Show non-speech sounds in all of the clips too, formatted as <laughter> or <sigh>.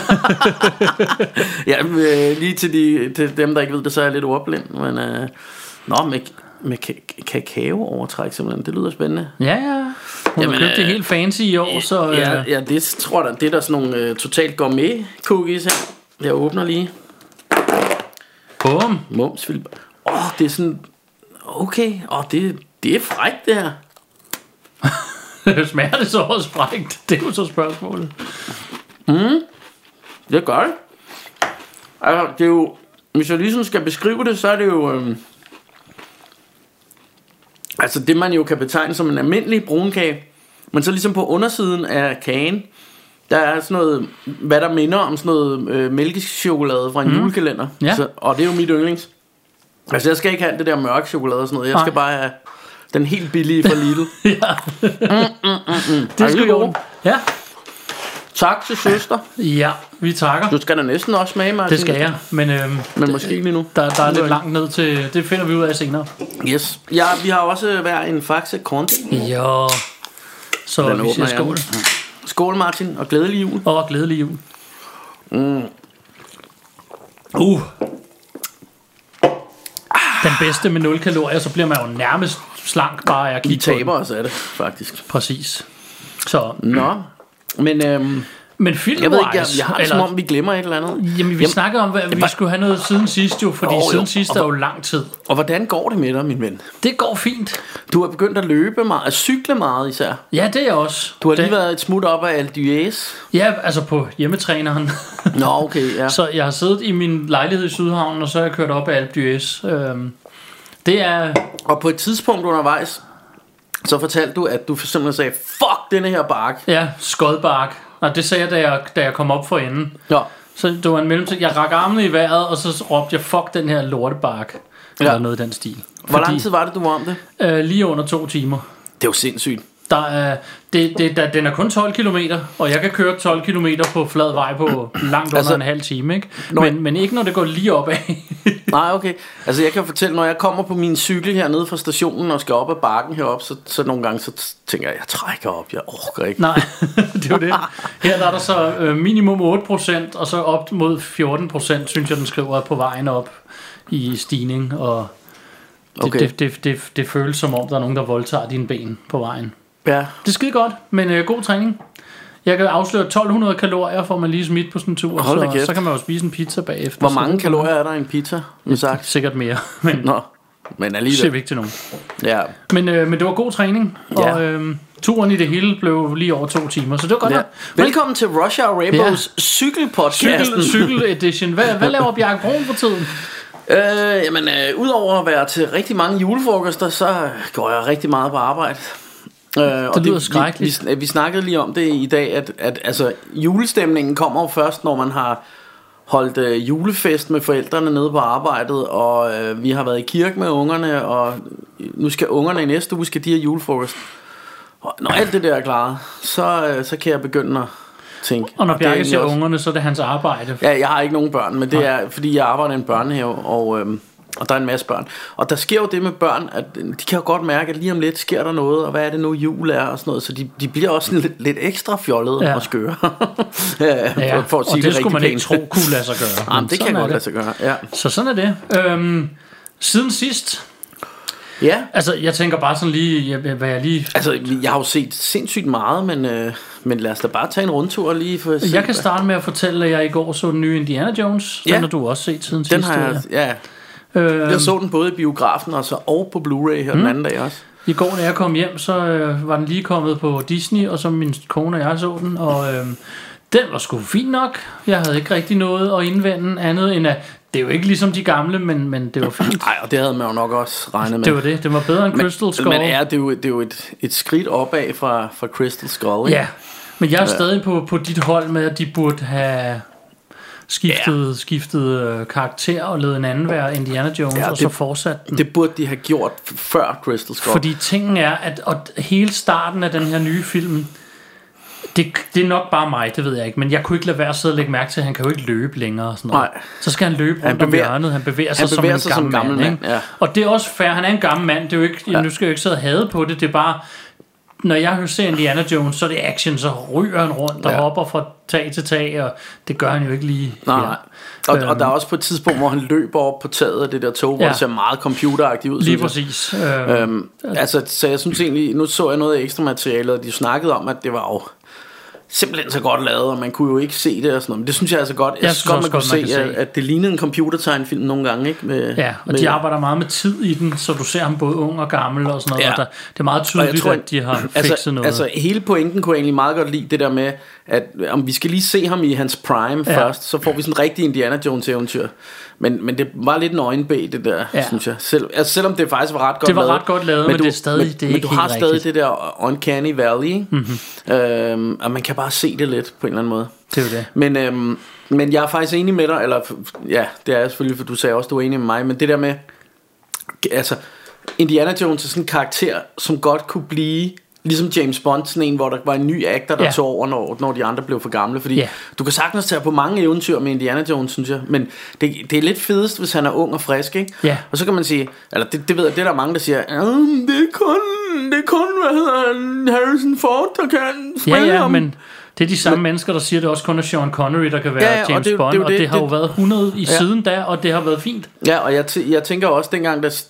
ja, men, øh, lige til, de, til dem, der ikke ved det, så er jeg lidt ordblind. Men, øh, nå, med, med ka- kakao overtræk simpelthen. Det lyder spændende. Ja, ja. Hun Jamen, Jamen, har købt det øh, helt fancy i år, så... Øh, ja, ja, det tror jeg da. Det er der sådan nogle øh, totalt gourmet cookies her. Jeg åbner lige. Bum. <laughs> Mums vil... Åh, oh, det er sådan... Okay, åh, det, det er frækt det her. Smager det så også frækt? Det er jo så spørgsmålet. <laughs> Det gør det. Altså, det er jo... Hvis jeg ligesom skal beskrive det, så er det jo... Øhm, altså, det man jo kan betegne som en almindelig brunkage. Men så ligesom på undersiden af kagen, der er sådan noget, hvad der minder om sådan noget øh, mælkechokolade fra en mm. julekalender. Mhm. Ja. Så, og det er jo mit yndlings. Altså, jeg skal ikke have alt det der mørke chokolade og sådan noget. Jeg Nej. skal bare have den helt billige fra Lidl. ja. Det mm. Er er sgu I i gode? orden. Ja. Tak til søster. ja, vi takker. Du skal da næsten også smage, Martin. Det skal jeg, men øhm, Men måske ikke lige nu. der, der er lidt langt ned til... Det finder vi ud af senere. Yes. Ja, vi har også øh, hver en faxe konti. Jo. Så Den vi siger åbner jeg. skål. Skål, Martin, og glædelig jul. Og glædelig jul. Mm. Uh. Den bedste med 0 kalorier, så bliver man jo nærmest slank bare af at Vi kigge på den. taber os af det, faktisk. Præcis. Så, Nå, men øhm, men film jeg ved ikke, jeg, jeg har det som om, vi glemmer et eller andet. Jamen, vi Jamen- snakker om, hvad vi bare- skulle have noget siden sidst jo, fordi Jo, oh, jo. siden sidst Og er jo lang tid. Og hvordan går det med dig, min ven? Det går fint. Du har begyndt at løbe meget, at cykle meget især. Ja, det er jeg også. Du har det, lige været et smut op af Aldies. Ja, altså på hjemmetræneren. Nå, okay, <laughs> ja. så jeg har siddet i min lejlighed i Sydhavn, og så har jeg kørt op af Alp d'Huez. Øhm, det er... Og på et tidspunkt undervejs, så fortalte du, at du simpelthen sagde, fuck denne her bark. Ja, skodbark. Og det sagde jeg, da jeg, da jeg kom op for enden. Nå, Så det var en mellemting. Jeg rakte armene i vejret, og så råbte jeg, fuck den her lortebark. Ja. Eller Ja. noget i den stil. hvor lang tid var det, du var om det? Øh, lige under to timer. Det er jo sindssygt. Der er, det, det, der, den er kun 12 km, og jeg kan køre 12 km på flad vej på <clears throat> langt under altså, Altså- en halv time. Ikke? Nå, Men, ja. men ikke når det går lige <laughs> opad. Nej, okay. Altså, jeg kan fortælle, når jeg kommer på min cykel hernede fra stationen og skal op ad bakken herop, så, så nogle gange så t- tænker jeg, jeg trækker op, jeg orker ikke. Nej, <laughs> det er jo det. Her der er der så øh, minimum 8%, og så op mod 14%, synes jeg, den skriver er på vejen op i stigning. Og det, okay. Okay. det, det, det, det føles som om, der er nogen, der voldtager dine ben på vejen. Ja. Det er skide godt, men øh, god træning. Jeg kan afsløre 1200 kalorier, får man lige smidt på sådan en tur, Hold da så, kæft. så kan man jo spise en pizza bagefter. Hvor så mange det- kalorier er der i en pizza, med sagt? Sikkert mere, <laughs> men Nå, Men Ser vi alligevel. ikke til nogen. Ja. Men, øh, men det var god træning, Ja. og øh, turen i det hele blev lige over to timer, så det var godt ja. nok. Velkommen til Rush Hour Rainbows ja. cykelpodcasten. Cykel, cykel edition. Hvad, hvad laver Bjarke Broen for tiden? Øh, jamen, øh, udover at være til rigtig mange julefrokoster, så går jeg rigtig meget på arbejde. Øh, det lyder og vi, vi, skrækkeligt. sn- vi snakkede lige om det i dag, at, at altså, julestemningen kommer jo først, når man har holdt øh, julefest med forældrene nede på arbejdet, og øh, vi har været i kirke med ungerne, og nu skal ungerne i næste uge, skal de have julefrokost. Og når alt det der er klaret, så, øh, så kan jeg begynde at tænke. Og når det er Bjarke egentlig ser også- ungerne, så er det hans arbejde. Ja, jeg har ikke nogen børn, men det er, fordi jeg arbejder i en børnehave, og, øhm, og der er en masse børn. Og der sker jo det med børn, at øh, de kan jo godt mærke, at lige om lidt sker der noget, og hvad er det nu, jul er og sådan noget. Så de, de bliver også sådan lidt, lidt ekstra fjollede Ja. ja. og skøre. <laughs> Øh, ja, Ja, og det, det skulle rigtig man ikke pænt. tro kunne lade sig gøre. <laughs> Jamen, Men det sådan kan er godt lade sig gøre, ja. Så sådan er det. Øhm, siden sidst, ja. altså jeg tænker bare sådan lige, jeg- hvad jeg lige... Altså, jeg har jo set sindssygt meget, men, øh, men lad os da bare tage en rundtur lige. For at se, Jeg kan hvad- starte med at fortælle, at jeg i går så den nye Indiana Jones. Den Ja. har du også set siden den sidst. har jeg, ja. ja. Øhm, Jeg så den både i biografen og, så, og på Blu-ray her mm. den anden dag også. I går, da jeg kom hjem, så øh, var den lige kommet på Disney, og så min kone og jeg så den, og øh, den var sgu fin nok. Jeg havde ikke rigtig noget at indvende andet end at, det er jo ikke ligesom de gamle, men, men det var <clears throat> fint. Nej, og det havde man jo nok også regnet med. Det var det. Det var bedre end Crystal Skull. Men er det, er jo, det er jo et, et skridt opad fra, fra Crystal Skull, ikke? Ja, men jeg er stadig på, på dit hold med, at de burde have skiftet, yeah. skiftet øh, karakter og lavet en anden være Indiana Jones, Ja, og så det- fortsat den. Det burde de have gjort f- før Crystal Skull. Fordi tingen er, at og hele starten af den her nye film, det, det er nok bare mig, det ved jeg ikke, men jeg kunne ikke lade være at sidde og lægge mærke til, at han kan jo ikke løbe længere. Og sådan noget. Nej. Så skal han løbe rundt om bevæger- hjørnet, han bevæger sig, han bevæger som, sig en gammel som gammel mand. mand, ikke? ja. Og det er også fair, han er en gammel mand, det er jo ikke, ja. nu skal jeg jo ikke sidde og hade på det, det er bare, når jeg hører ser Indiana Jones, så er det action, så ryger han rundt og Ja. hopper fra tag til tag, og det gør han jo ikke lige Nej, her. nej. Og, og der er også på et tidspunkt, hvor han løber op på taget af det der tog, hvor Øhm. Ja. det ser meget computeragtigt ud. Lige synes jeg. præcis. Øh, Øhm, altså, så jeg synes egentlig, nu så jeg noget af ekstra materialet, og de snakkede om, at det var jo simpelthen så godt lavet, og man kunne jo ikke se det og sådan noget. Men det synes jeg altså godt. Jeg, Jeg synes synes godt, man også kunne se, godt, man kan At, se. at det lignede en computertegnefilm nogle gange, ikke? Med, Ja, og med, de arbejder meget med tid i den, så du ser ham både ung og gammel og sådan noget. Ja. Ja. Og der, det er meget Og tydeligt, tror, at de har fikset altså, noget. Altså hele pointen kunne jeg egentlig meget godt lide det der med, at om vi skal lige se ham i hans prime Ja. ja. først, så får vi sådan en rigtig Indiana Jones eventyr. Men, men det var lidt en øjenbæg det der, Ja. ja. synes jeg. Selv, altså, selvom det faktisk var ret godt Det var lavet. ret godt lavet, men det er stadig- men, det er men ikke du har helt stadig rigtigt. Mhm. det der uncanny valley, ikke? Mm-hmm. Øhm, og man kan bare se det lidt på en eller anden måde. Det er jo det. Men, øhm, men jeg er faktisk enig med dig, eller f- ja, det er jeg selvfølgelig, for du sagde også, du er enig med mig, men det der med, altså, Indiana Jones er sådan en karakter, som godt kunne blive ligesom James Bond, sådan en, hvor der var en ny aktor, der Ja. ja. tog over, når, når de andre blev for gamle. Fordi Ja. ja. du kan sagtens tage på mange eventyr med Indiana Jones, synes jeg, men det, det er lidt fedest, hvis han er ung og frisk, ikke? Ja. Og så kan man sige, eller det, det ved jeg, det er der mange, der siger, "Jamen, det er kun, det er kun, hvad hedder han, Harrison Ford, der kan spille Ja, ja, ham." men det er de samme mennesker, der siger, at det også kun er Sean Connery, der kan være Ja, ja, ja, og James det er jo- Bond, det er jo og det det- har jo det- været 100 i Ja. siden da, og det har været fint. Ja, og jeg, tæ- jeg tænker også dengang, der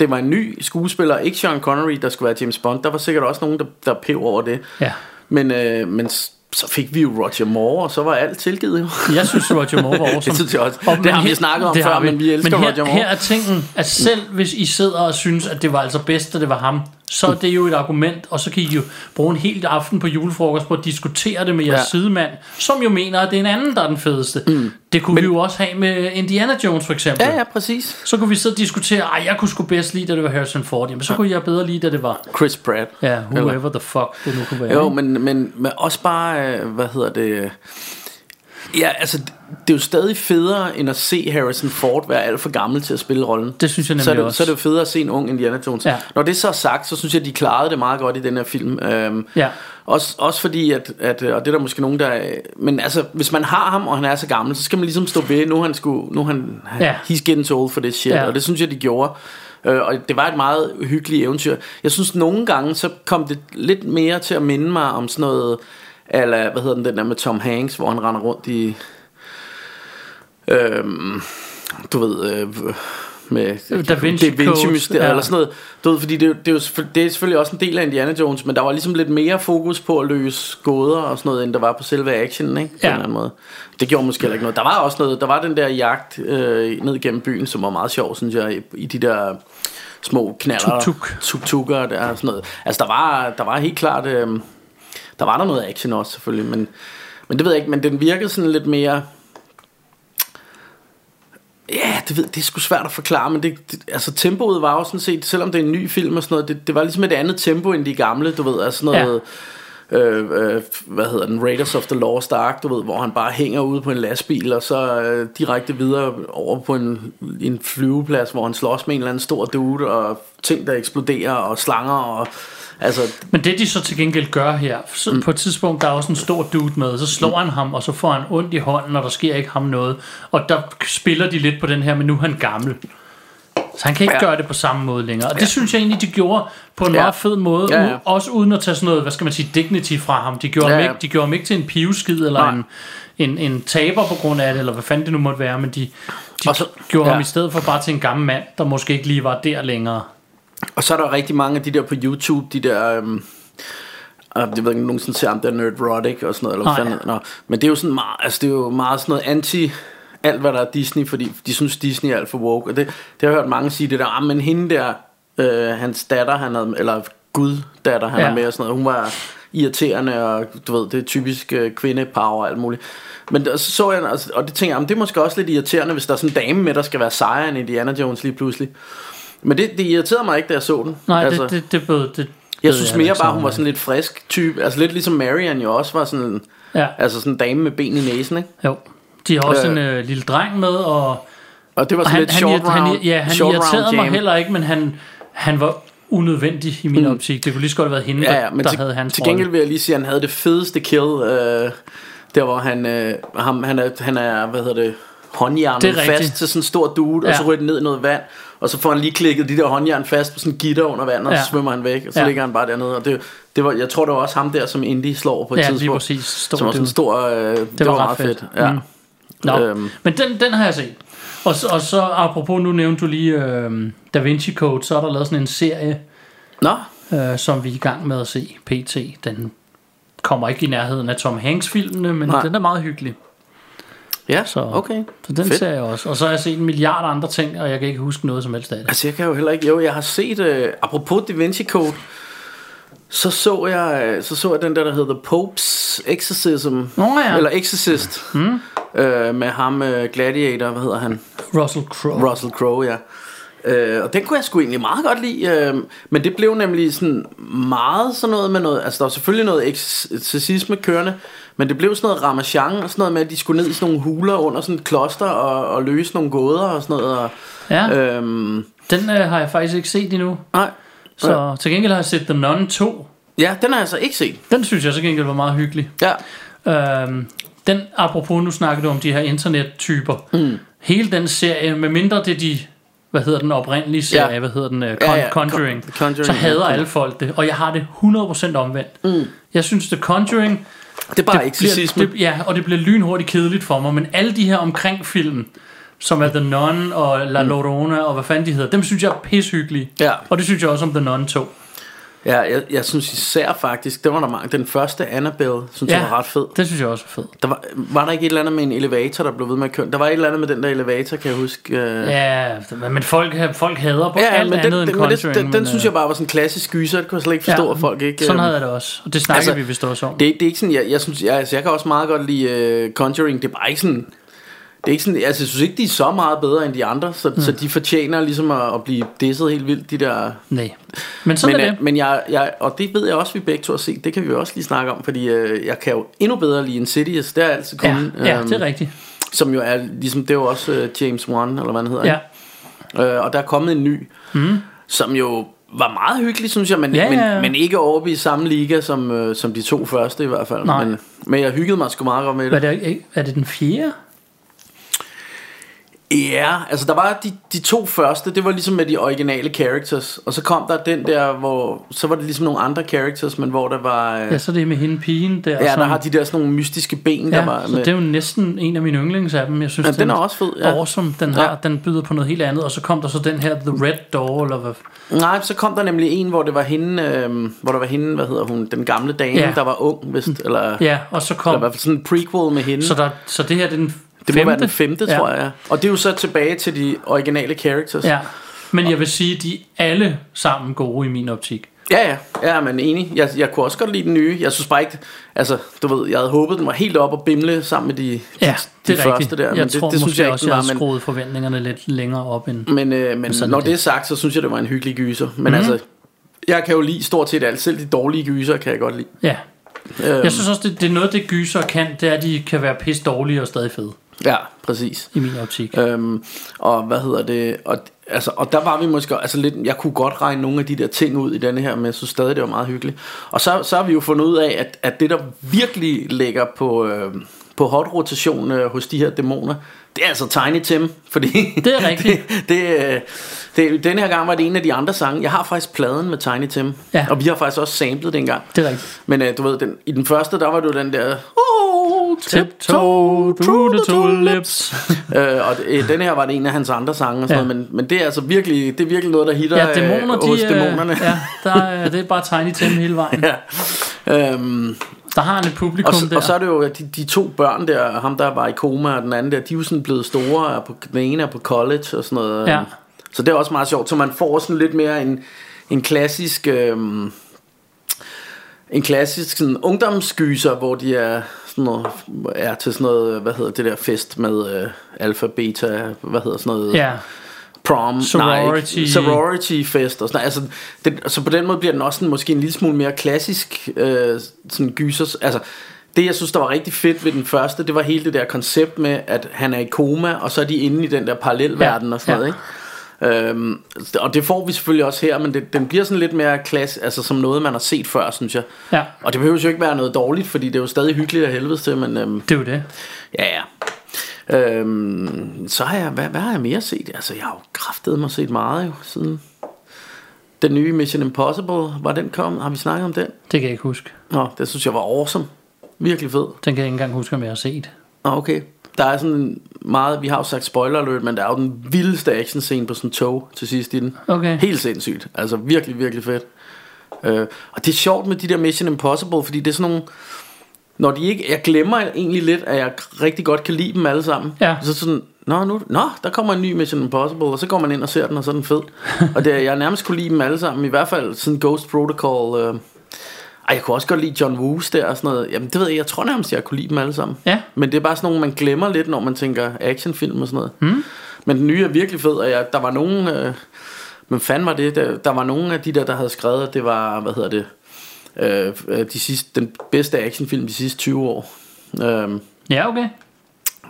det var en ny skuespiller, ikke Sean Connery, der skulle være James Bond, der var sikkert også nogen, der, der pev over det. Ja. Men, øh, men s- så fik vi jo Roger Moore, og så var alt tilgivet. jo. Jeg synes, Roger <laughs> Moore var awesome. Det synes jeg også. Og- Det men har vi her- snakket om det har før, men vi elsker men her, Roger Moore. her er tingen, at selv hvis I sidder og synes, at det var altså bedst, at det var ham, så er det jo et argument, og så kan I jo bruge en hel aften på julefrokost på at diskutere det med jeres ja. Ja. sidemand, som jo mener, at det er en anden, der er den fedeste. Mm. Det kunne men, vi jo også have med Indiana Jones for eksempel. Ja, ja, præcis. Så kunne vi sidde og diskutere, at jeg kunne sgu bedst lide, da det var Harrison Ford, men så kunne jeg bedre lide, da det var Chris Pratt. ja, whoever Eller- the fuck det nu kunne være. Jo, ikke? men, men, men også bare, øh, hvad hedder det... øh, Ja, altså, det det er jo stadig federe, end at se Harrison Ford være alt for gammel til at spille rollen. Det synes jeg nemlig så er det, også. Så er det jo federe at se en ung Indiana Jones. Ja. Når det så er sagt, så synes jeg, de klarede det meget godt i den her film. Øhm, Ja. Også, også fordi, at, at, og det er der måske nogen, der... øh, Men altså, hvis man har ham, og han er så gammel, så skal man ligesom stå ved, nu er han skulle, nu er han, Ja. ja. he's getting too old for this shit, Ja. ja. og det synes jeg, de gjorde. Øh, og det var et meget hyggeligt eventyr. Jeg synes, nogle gange, så kom det lidt mere til at minde mig om sådan noget, eller hvad hedder den, den der med Tom Hanks, hvor han render rundt i... Øhm, du ved, øh, med Da Vinci Da Vinci Code, mysteriet ja. ja. eller sådan noget. Du ved, fordi det, er jo- det, er jo, selvfø- det er selvfølgelig også en del af Indiana Jones, men der var ligesom lidt mere fokus på at løse gåder og sådan noget, end der var på selve actionen, ikke? På Ja. en eller anden måde. Det gjorde måske heller ikke noget. Der var også noget, der var den der jagt øh, ned gennem byen, som var meget sjov, synes jeg, i, i de der små knaller. Tuk-tuk. Tuk-tukker der og sådan noget. Altså, der var, der var helt klart... Øh, der var der noget action også, selvfølgelig, men, men det ved jeg ikke, men den virkede sådan lidt mere... Ja, det, ved, det er sgu svært at forklare, men det, det, altså tempoet var jo sådan set, selvom det er en ny film og sådan noget, det, det var ligesom et andet tempo end de gamle, du ved, altså sådan Ja. noget, øh, øh, hvad hedder den, Raiders of the Lost Ark, du ved, hvor han bare hænger ude på en lastbil, og så øh, direkte videre over på en, en flyveplads, hvor han slås med en eller anden stor dude, og ting, der eksploderer, og slanger, og altså, Men det de så til gengæld gør her, så mm. på et tidspunkt, der er også en stor dude med, så slår Mm. han ham, og så får han ondt i hånden, og der sker ikke ham noget. Og der spiller de lidt på den her, men nu er han gammel. Så han kan ikke Ja. ja. gøre det på samme måde længere. Og det synes jeg egentlig, de gjorde på en Ja. ja. meget fed måde. Ja, Ja, ja. ja. Også uden at tage sådan noget, hvad skal man sige, dignity fra ham. De gjorde, Ja, ja, ja. ja. Ham, ikke, de gjorde ham ikke til en piveskid, eller Nej. en, en, en taber på grund af det, eller hvad fanden det nu måtte være. Men de, de Og så- så, gjorde ja. ja. ham i stedet for bare til en gammel mand, der måske ikke lige var der længere. Og så er der rigtig mange af de der på YouTube, de der... Øhm, øh, jeg ved ikke, om nogen sådan ser om der Nerd Roddick og sådan noget, eller Nå, hvad fanden. Nå, men det er jo sådan meget, altså det er jo meget sådan noget anti alt hvad der er Disney, fordi de synes Disney er alt for woke. Og det, det har jeg hørt mange sige det der, ah, men hende der, øh, hans datter, han havde, eller gud datter, han ja. Ja. havde med og sådan noget, hun var irriterende, og du ved, det er typisk øh, kvindepower og alt muligt. Men der, så så jeg, den, og, og det tænker jeg, "Jamen, det er måske også lidt irriterende, hvis der er sådan en dame med, der skal være sejren i Indiana Jones lige pludselig. Men det, det irriterede mig ikke, da jeg så den. Nej, altså, det, det, det, bød- det, det jeg synes mere bare, hun var sådan sådan lidt frisk type. Altså lidt ligesom Marian jo også var sådan, Ja. altså sådan en dame med ben i næsen, ikke? Jo, de har også Øh. øh, en øh, lille dreng med, og, og Og det var sådan han, lidt han, short irrit- han, round. ja, han short irriterede round mig jam. heller ikke, men han, han var unødvendig i min mm. optik. Det kunne lige så godt have været hende, Ja, ja, men der til, havde hans til rolle. gengæld vil jeg lige sige, at han havde det fedeste kill, øh, der hvor han, øh, ham, han, er, han er, hvad hedder det, Det håndjernet er fast rigtigt. til sådan en stor dude, ja. og Ja. så ryger den ned i noget vand, og så får han lige klikket de der håndjern fast på sådan en gitter under vand, og ja. Ja. så svømmer han væk, og så ja. Ja. ligger han bare dernede. Og det, det var, jeg tror, det var også ham der, som Indy slår på et Ja, tidspunkt. lige præcis. Stor som var sådan en dude. stor, øh, det, det var, var var ret meget fedt. fedt. fedt. Ja. Mm. Nå, Øhm. øhm. men den, den har jeg set. Og, så- og så apropos, nu nævnte du lige øhm, Da Vinci Code, så er der lavet sådan en serie, Nå, øh, som vi er i gang med at se, PT. Den kommer ikke i nærheden af Tom Hanks-filmene, men Nej. Nej. den er meget hyggelig. ja, så. Så- okay. Så den Fedt. ser jeg også. Og så har jeg set en milliard andre ting, og jeg kan ikke huske noget som helst af det. Altså, jeg kan jo heller ikke... Jo, jeg har set... Øh, apropos Da Vinci Code, så så, jeg, øh, så så jeg den der, der hedder The Pope's Exorcism. Nå ja. Eller Exorcist. Mm. Øh, med ham, øh, Gladiator, hvad hedder han? <laughs> Russell Crowe. Russell Crowe, ja. Øh, og den kunne jeg sgu egentlig meget godt lide, øh, men det blev nemlig sådan meget sådan noget med noget, altså der var selvfølgelig noget eksorcisme kørende, men det blev sådan noget ramachan og sådan noget med, at de skulle ned i sådan nogle huler under sådan et kloster og, og løse nogle gåder og sådan noget. Og, Ja. øhm, Den øh, har jeg faktisk ikke set endnu. nej, Så til gengæld har jeg set The Nun 2. Ja, den har jeg altså ikke set. Den synes jeg til gengæld var meget hyggelig. Ja. Øhm, den, apropos, nu snakker du om de her internettyper. Mm. Hele den serie, med mindre det er de, hvad hedder den oprindelige serie, Ja. ja. hvad hedder den, uh, Con- Ja, ja, Conjuring, Con- Conjuring, så hader ja. alle folk det. Og jeg har det 100% omvendt. Mm. Jeg synes, The Conjuring, Det er bare bliver, eksorcisme. det, ja, og det bliver lynhurtigt kedeligt for mig, men alle de her omkring filmen, som er The Nun og La Llorona og hvad fanden de hedder, dem synes jeg er pissehyggelige. Mm. Ja. Og det synes jeg også om The Nun 2. Ja, jeg, jeg synes især faktisk, det var der mange. Den første Annabelle, synes jeg var ret fed. det synes jeg også er fed. Der var, var der ikke et eller andet med en elevator, der blev ved med at køre? Der var et eller andet med den der elevator, kan jeg huske. øh. Ja, men folk, folk hader på ja, alt men andet den, end den, men det, Conjuring. den, den men, synes øh, jeg bare var sådan en klassisk gyser. Det kunne jeg slet ikke forstå, ja, at folk ikke... Sådan øh, havde jeg det også, og det snakker Altså, altså, vi vist også om. Det, er ikke- det er ikke sådan, jeg, jeg synes, jeg, altså, jeg kan også meget godt lide uh, Conjuring, det er bare ikke sådan, det er ikke sådan, altså jeg synes ikke, de er så meget bedre end de andre, så, mm. så de fortjener ligesom at, at blive disset helt vildt, de der... Nej. Men sådan Men, er øh, det. men jeg, jeg, og det ved jeg også, vi begge to har set, det kan vi jo også lige snakke om, fordi øh, jeg kan jo endnu bedre lide Insidious, det er jeg altid Ja, kun, øh, ja, det er rigtigt. som jo er ligesom, det er jo også øh, James Wan, eller hvad han hedder, Ja. ikke? Øh, og der er kommet en ny, mm. som jo var meget hyggelig, synes jeg, men, Mhm. Ja, ja, men, ja. men ikke over i samme liga som, øh, som de to første i hvert fald, Nej. men, men jeg hyggede mig sgu meget godt med det. Var det, ikke- er det den fjerde? Ja, altså der var de, de to første, det var ligesom med de originale characters, og så kom der den der, hvor, så var det ligesom nogle andre characters, men hvor der var... Øh, Ja, så er det med hende pigen der. Ja, som- der har de der sådan nogle mystiske ben, der Ja, var så med. det er jo næsten en af mine yndlings af dem. Jeg synes, Ja, den er også fed, ja. Awesome. Den, har, Ja. den byder på noget helt andet. Og så kom der så den her The Red Door, eller hvad? Nej, så kom der nemlig en, hvor det var hende, øh, hvor der var hende, hvad hedder hun, den gamle dame, ja. Ja. Mm. der var ung, vist, eller, ja. eller Ja, og så i kom... hvert fald sådan en prequel med hende. så, der, så det her det er den det må femte. være den femte, ja. tror jeg. Og det er jo så tilbage til de originale characters. Ja. Men jeg vil sige, de er alle sammen gode i min optik. Ja, ja, ja, men enig. Jeg, jeg kunne også godt lide den nye. Jeg synes bare ikke, altså, du ved, jeg havde håbet, den var helt op og bimle sammen med de, Ja, de, det de er første rigtigt. der. jeg tror måske ikke, også, den jeg har men, skruet forventningerne lidt længere op end... men, øh, men sådan når er det det. Mhm. er sagt, så synes jeg, det var en hyggelig gyser. Men altså, jeg kan jo lide stort set alt. Selv de dårlige gyser kan jeg godt lide. Ja. Øhm, Jeg synes også, det, det er noget, det gyser kan, det er, at de kan være pisse dårlige og stadig fede, Ja, præcis. i min optik. Øhm, og hvad hedder det? Og, altså, og der var vi måske altså lidt, jeg kunne godt regne nogle af de der ting ud i denne her, men jeg synes stadig, det var meget hyggeligt. Og så, så har vi jo fundet ud af, at, at det der virkelig ligger på, øh, på hot rotation øh, hos de her dæmoner, det er altså Tiny Tim, fordi Det er rigtigt. det, <laughs> det, øh, det, den her gang var det en af de andre sange. Jeg har faktisk pladen med Tiny Tim, Ja. og vi har faktisk også samlet den gang. Det er rigtigt. Men øh, du ved, den, i den første, der var det jo den der... Oh, Tiptoe through the tulips. <laughs> <laughs> øh, og øh, den her var det en af hans andre sange og sådan Ja. noget, men, men det er altså virkelig, det er virkelig noget, der hitter Ja, dæmoner, øh, hos de, øh, dæmonerne. ja, der, er- det er bare Tiny Tim hele vejen. <laughs> ja. Øhm, Der har han et publikum og, så, der. og så er det jo at de, de to børn der Ham der var i koma og den anden der De er jo sådan blevet store og er på, Den ene er på college og sådan noget Ja. Så det er også meget sjovt Så man får sådan lidt mere en, en klassisk øhm, En klassisk sådan ungdomsgyser Hvor de er sådan noget, er til sådan noget, hvad hedder det der fest med øh, alfa, beta, hvad hedder sådan noget, Ja, prom, Sorority. nej, ikke- sorority fest og sådan noget. altså, den, Så på den måde bliver den også sådan, måske en lille smule mere klassisk øh, sådan gysers, altså det jeg synes der var rigtig fedt ved den første Det var hele det der koncept med at han er i koma Og så er de inde i den der parallelverden Ja, og sådan ja. noget ikke? Øhm, Og det får vi selvfølgelig også her Men det, den bliver sådan lidt mere klass Altså som noget man har set før synes jeg Ja. Og det behøver jo ikke være noget dårligt Fordi det er jo stadig hyggeligt af helvede til Men øhm, det er jo det. Ja, ja. Øhm, så har jeg, hvad, hvad har jeg mere set? Altså, jeg har jo kraftet mig set meget jo, siden den nye Mission Impossible, var den kom? Har vi snakket om den? Det kan jeg ikke huske. Nå, det synes jeg var awesome. Virkelig fed. Den kan jeg ikke engang huske, om jeg har set. Nå, okay. Der er sådan meget, vi har jo sagt spoiler alert, men der er jo den vildeste action scene på sådan en tog til sidst i den. Okay. Helt sindssygt. Altså virkelig, virkelig fedt. Øh, og det er sjovt med de der Mission Impossible, fordi det er sådan nogle... Når de ikke... Jeg glemmer egentlig lidt, at jeg rigtig godt kan lide dem alle sammen. Ja. Så sådan... Nå, nu, nå, der kommer en ny Mission Impossible, og så går man ind og ser den, og så er den fed. og det, er- jeg har nærmest kunne lide dem alle sammen, i hvert fald sådan Ghost Protocol. Øh, ej, jeg kunne også godt lide John Woos der og sådan noget. Jamen, det ved jeg, jeg tror nærmest, jeg kunne lide dem alle sammen. Ja. Men det er bare sådan nogle, man glemmer lidt, når man tænker actionfilm og sådan noget. Mm. Men den nye er virkelig fed, og jeg, der var nogen... Øh, men fanden var det? Der, der var nogen af de der, der havde skrevet, at det var, hvad hedder det, øh, øh, de sidste, den bedste actionfilm de sidste 20 år. Øhm, Ja, okay.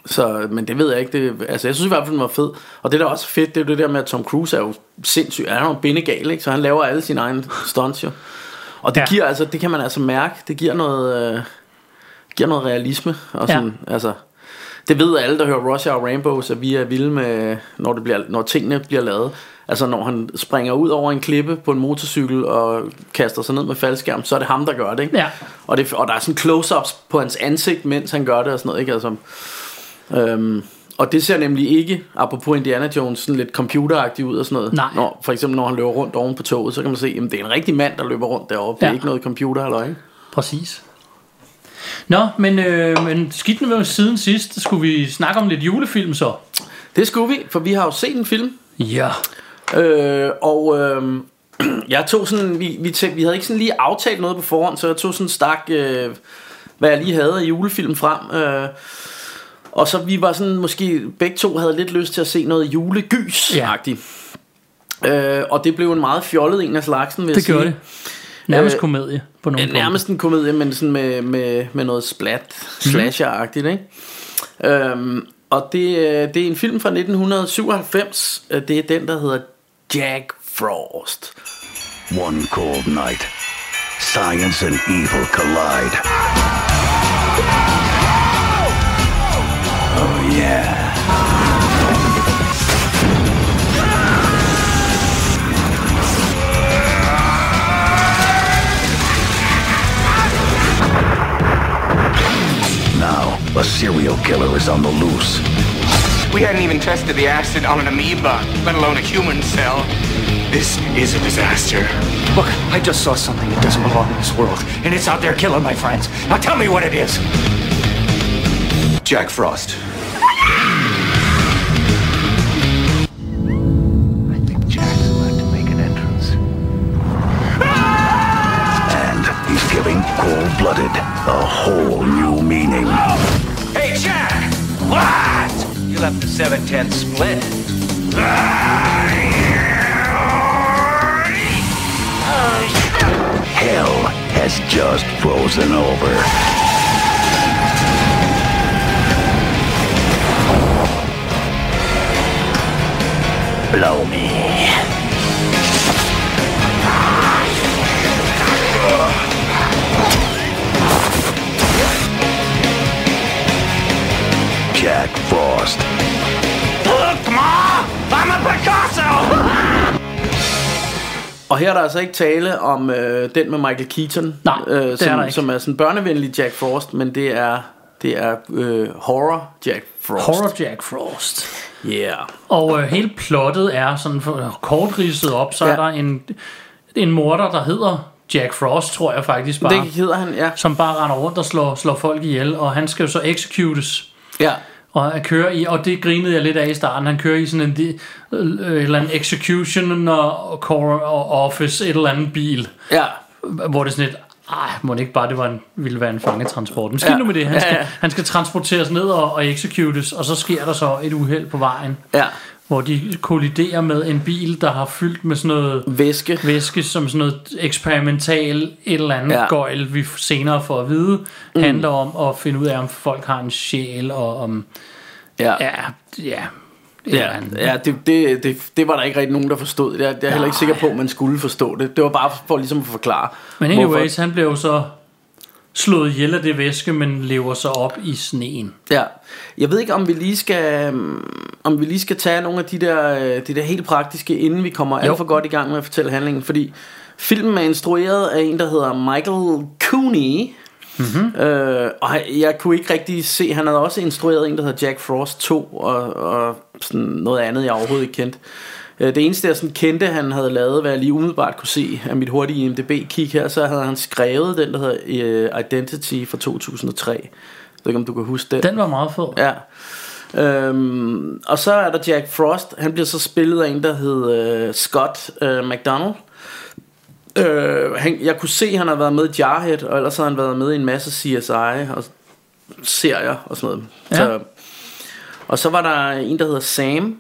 så, men det ved jeg ikke. Det, altså, jeg synes i hvert fald, den var fed. Og det, der er også fedt, det er jo det der med, at Tom Cruise er jo sindssyg. Han er jo bindegal, ikke? Så han laver alle sine egne stunts, jo. Og det, Ja. ja. giver, altså, det kan man altså mærke. Det giver noget, øh, giver noget realisme. Og Ja. sådan, ja. altså, det ved alle, der hører Russia og Rambos, at vi er vilde med, når, det bliver, når tingene bliver lavet. Altså når han springer ud over en klippe på en motorcykel og kaster sig ned med faldskærm, så er det ham, der gør det. Ikke? Ja. Og, det, og der er sådan close-ups på hans ansigt, mens han gør det og sådan noget. Ikke? Altså, Øhm, og det ser nemlig ikke, apropos Indiana Jones, sådan lidt computeragtigt ud og sådan noget. Nej. Når, for eksempel når han løber rundt oven på toget, så kan man se, at det er en rigtig mand, der løber rundt deroppe. Det Ja. er ikke noget computer eller ikke? Præcis. Nå, men, øh, men skidt med siden sidst, skulle vi snakke om lidt julefilm så? Det skulle vi, for vi har jo set en film. Ja. Øh, og øh, <clears throat> jeg tog sådan, vi, vi, tænkte, vi havde ikke sådan lige aftalt noget på forhånd, så jeg tog sådan en stak, øh, hvad jeg lige havde af julefilm frem. Øh, og så vi var sådan, måske begge to havde lidt lyst til at se noget julegys Ja. Øh, og det blev en meget fjollet en af slagsen, vil jeg Det sige. gjorde det. Nærmest Øh, komedie på nogle Ja, Nærmest en komedie, men sådan med, med, med noget splat, Mhm. slasher-agtigt, ikke? Øhm, og det, øh, det er en film fra 1997. Øh, Det er den, der hedder Jack Frost. One cold night, science and evil collide. Oh, yeah. Now, a serial killer is on the loose. We hadn't even tested the acid on an amoeba, let alone a human cell. This is a disaster. Look, I just saw something that doesn't belong in this world, and it's out there killing my friends. Now tell me what it is. Jack Frost. I think Jack 7-10 split. Hell has just frozen over. Blow me. Jack Frost. Look, Ma! I'm a Picasso! Og her er der altså ikke tale om øh, den med Michael Keaton, Nej, øh, det er som, der ikke. som er sådan børnevenlig Jack Frost, men det er, det er øh, horror Jack Frost. Horror Jack Frost. Yeah. Og øh, hele plottet er sådan for, kort ridset op, så ja. Ja. er der en, en morder, der hedder Jack Frost, tror jeg faktisk bare, Det hedder han, ja. som bare render rundt og slår, slår folk ihjel, og han skal jo så executes. ja. Og han kører i, og det grinede jeg lidt af i starten, han kører i sådan en, de- øh, øh, eller en execution og, cor- og office, et eller andet bil, Ja. hvor det er sådan lidt, ej, må det ikke bare, det var en, ville være en fangetransport. Men skidt Ja. nu med det, han Ja, skal, ja. han skal transporteres ned og, og executes, og så sker der så et uheld på vejen Ja. hvor de kolliderer med en bil, der har fyldt med sådan noget Væske. væske, som sådan noget eksperimental et eller andet ja. Ja. gøjl, vi senere får at vide, mm. handler om at finde ud af, om folk har en sjæl, og om, Ja. ja, ja, et eller Ja, andet. ja det, det, det, det var der ikke rigtig nogen, der forstod. Jeg, jeg er heller ikke sikker på, at man skulle forstå det. Det var bare for ligesom at forklare. Men hvorfor- anyways, han blev jo så slået ihjel af det væske, men lever så op i sneen. Ja. Jeg ved ikke, om vi lige skal, øhm, om vi lige skal tage nogle af de der, øh, de der helt praktiske, inden vi kommer Jo. alt for godt i gang med at fortælle handlingen. Fordi filmen er instrueret af en, der hedder Michael Cooney. Mm-hmm. Øh, og han- jeg kunne ikke rigtig se, han havde også instrueret en, der hedder Jack Frost 2, og, og sådan noget andet, jeg overhovedet ikke kendte. Øh, Det eneste, jeg sådan kendte, han havde lavet, hvad jeg lige umiddelbart kunne se af mit hurtige IMDb-kig her, så havde han skrevet den, der hedder øh, Identity fra 2003. Jeg ved ikke, om du kan huske den. Den var meget fed. Ja. Øhm, og så er der Jack Frost. Han bliver så spillet af en, der hedder øh, Scott øh, McDonald. Øh, han, jeg kunne se, at han har været med i Jarhead, og ellers har han været med i en masse CSI og serier og sådan noget. Ja. Så, og så var der en, der hedder Sam.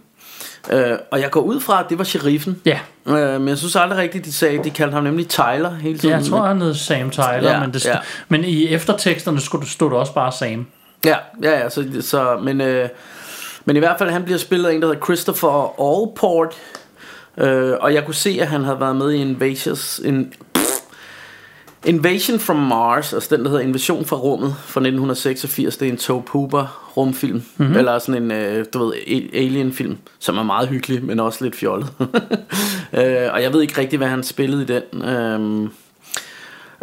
Øh, og jeg går ud fra, at det var sheriffen. Ja. Øh, men jeg synes aldrig rigtigt, de sagde, de kaldte ham nemlig Tyler hele tiden. Jeg tror, han hed Sam Tyler, Ja, men, det, ja. ja. men i efterteksterne stod, stod der også bare Sam. Ja, ja, ja så, så, men, øh, men i hvert fald, han bliver spillet af en, der hedder Christopher Allport. Øh, og jeg kunne se, at han havde været med i Invasions, in, pff, Invasion from Mars, altså den, der hedder Invasion fra rummet fra 1986. Det er en Tobe Hooper rumfilm, mm-hmm. eller sådan en, øh, du ved, a- alien-film, som er meget hyggelig, men også lidt fjollet. <laughs> øh, og jeg ved ikke rigtig, hvad han spillede i den. Øh,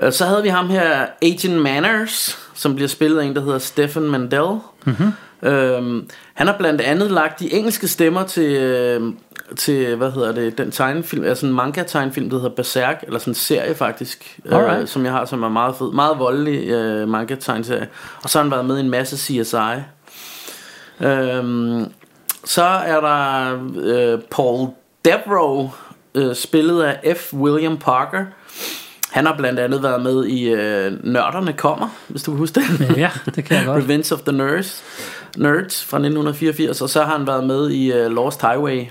Øh, Så havde vi ham her, Agent Manners, som bliver spillet af en, der hedder Stefan Mandel. Mm-hmm. Øhm, han har blandt andet lagt de engelske stemmer til, øh, til hvad hedder det, den tegnefilm, altså en manga-tegnefilm, der hedder Berserk, eller sådan en serie faktisk, øh, Alright. som jeg har, som er meget fed, meget voldelig øh, manga-tegneserie. Og så har han været med i en masse CSI. Øhm, så er der øh, Paul Devereaux, øh, spillet af F. William Parker. Han har blandt andet været med i øh, Nørderne kommer, hvis du kan huske det. Ja, det kan jeg godt. <laughs> Revenge of the Nerds, Nerds fra 1984, og så har han været med i øh, Lost Highway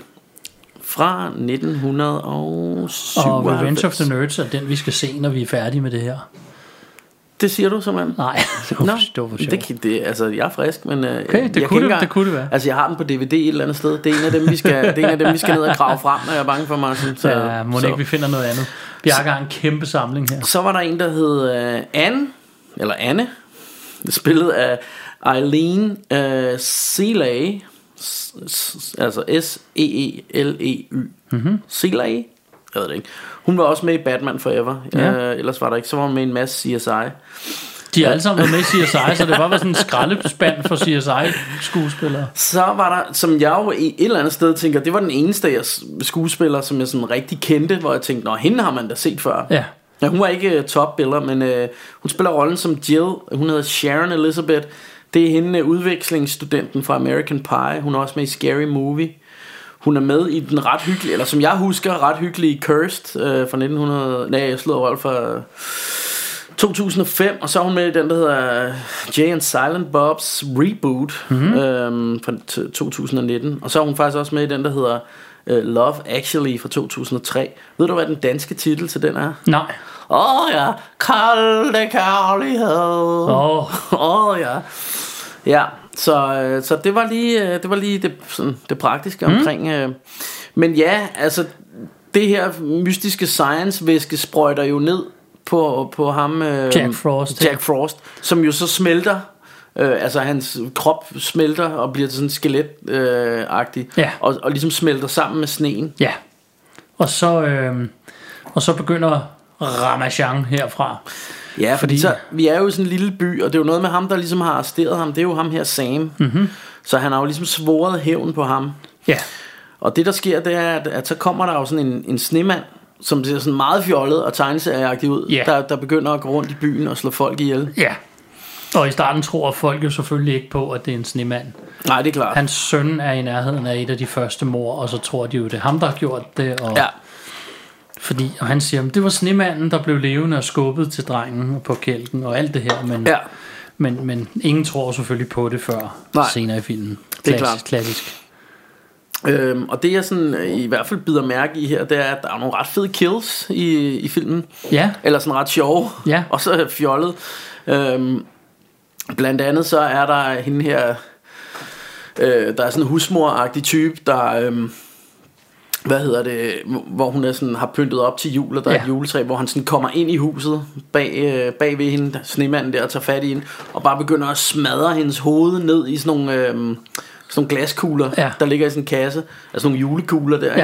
fra 1997. Og Revenge of the Nerds er den, vi skal se, når vi er færdige med det her. Det siger du simpelthen? Nej, <laughs> det var, det var for sjovt. det, kan- det, altså, jeg er frisk, men øh, det jeg kunne kan det- ikke engang- det kunne det være. Altså, jeg har den på DVD et eller andet sted. Det er en af dem, vi skal, det er en af dem, vi skal ned og grave frem, når jeg er bange for mig. Så, Ja, må så. ikke vi finder noget andet. Bjarke har en kæmpe samling her. Så var der en, der hed øh, Anne, eller Anne, spillet af Eileen øh, Seeley, S- s- altså S-E-E-L-E-Y, Mhm. mm-hmm. Seeley, jeg ved det ikke. Hun var også med i Batman Forever, Ja. ja. øh, ellers var der ikke, så var hun med i en masse CSI. De har alle sammen været med i CSI, så det var bare <laughs> sådan en skraldespand for CSI-skuespillere. Så var der, som jeg jo i et eller andet sted tænker, det var den eneste jeg, s- skuespiller, som jeg sådan rigtig kendte, hvor jeg tænkte, nå, hende har man da set før. Ja. Ja, hun var ikke uh, topbiller, men uh, hun spiller rollen som Jill. Hun hedder Sharon Elizabeth. Det er hende uh, udvekslingsstudenten fra American Pie. Hun er også med i Scary Movie. Hun er med i den ret hyggelige, eller øh, som jeg husker, ret hyggelige Cursed uh, fra 1900... Nej, jeg slår røv fra 2005, og så er hun med i den, der hedder øh, Jay and Silent Bob's Reboot mm-hmm. øhm, fra t- 2019. Og så er hun faktisk også med i den, der hedder øh, Love Actually fra 2003. Ved du, hvad den danske titel til den er? Nej. Åh oh, ja, kolde kærlighed. Åh. Åh oh, ja. Ja, så, øh, så det var lige øh, det, var lige det, sådan, det praktiske mm. omkring. Øh. Men ja, altså det her mystiske science-væske sprøjter jo ned på, på ham. Øh, Jack Frost, Jack Frost, som jo så smelter. Øh, altså hans krop smelter og bliver sådan skelet-agtig. Øh, agtig, Ja. og, og ligesom smelter sammen med sneen. Ja. Og så, øh, og så begynder Ramachan herfra. Ja, Fordi- fordi så, vi er jo i sådan en lille by, og det er jo noget med ham, der ligesom har arresteret ham. Det er jo ham her, Sam. Mm-hmm. Så han har jo ligesom svoret hævn på ham. Ja. Og det, der sker, det er, at, at så kommer der jo sådan en, en snemand, som ser sådan meget fjollet og tegneserieagtig ud, Ja. der, der begynder at gå rundt i byen og slå folk ihjel. Ja. Og i starten tror folk jo selvfølgelig ikke på, at det er en snemand. Nej, det er klart. Hans søn er i nærheden af et af de første mor, og så tror de jo, det er ham, der har gjort det. Og, Ja, fordi, og han siger, at det var snemanden, der blev levende og skubbet til drengen på kælken og alt det her. Men, ja. men, men ingen tror selvfølgelig på det før Nej. senere i filmen. Det er Klassisk- klart. Klassisk. Øhm, og det jeg sådan, øh, i hvert fald bider mærke i her, det er, at der er nogle ret fede kills i, i filmen. <laughs> Ja, Eller sådan ret sjove Ja. <laughs> Og så fjollet øhm, Blandt andet så er der hende her øh, Der er sådan en husmoragtig type Der øhm, Hvad hedder det Hvor hun er sådan, har pyntet op til jul Og der ja. er Ja. et juletræ Hvor han sådan kommer ind i huset bag, øh, bag ved hende Snemanden der tager fat i hende Og bare begynder at smadre hendes hoved ned I sådan nogle, øhm, sådan nogle glaskugler Ja. Der ligger i sådan en kasse Altså nogle julekugler der Ja.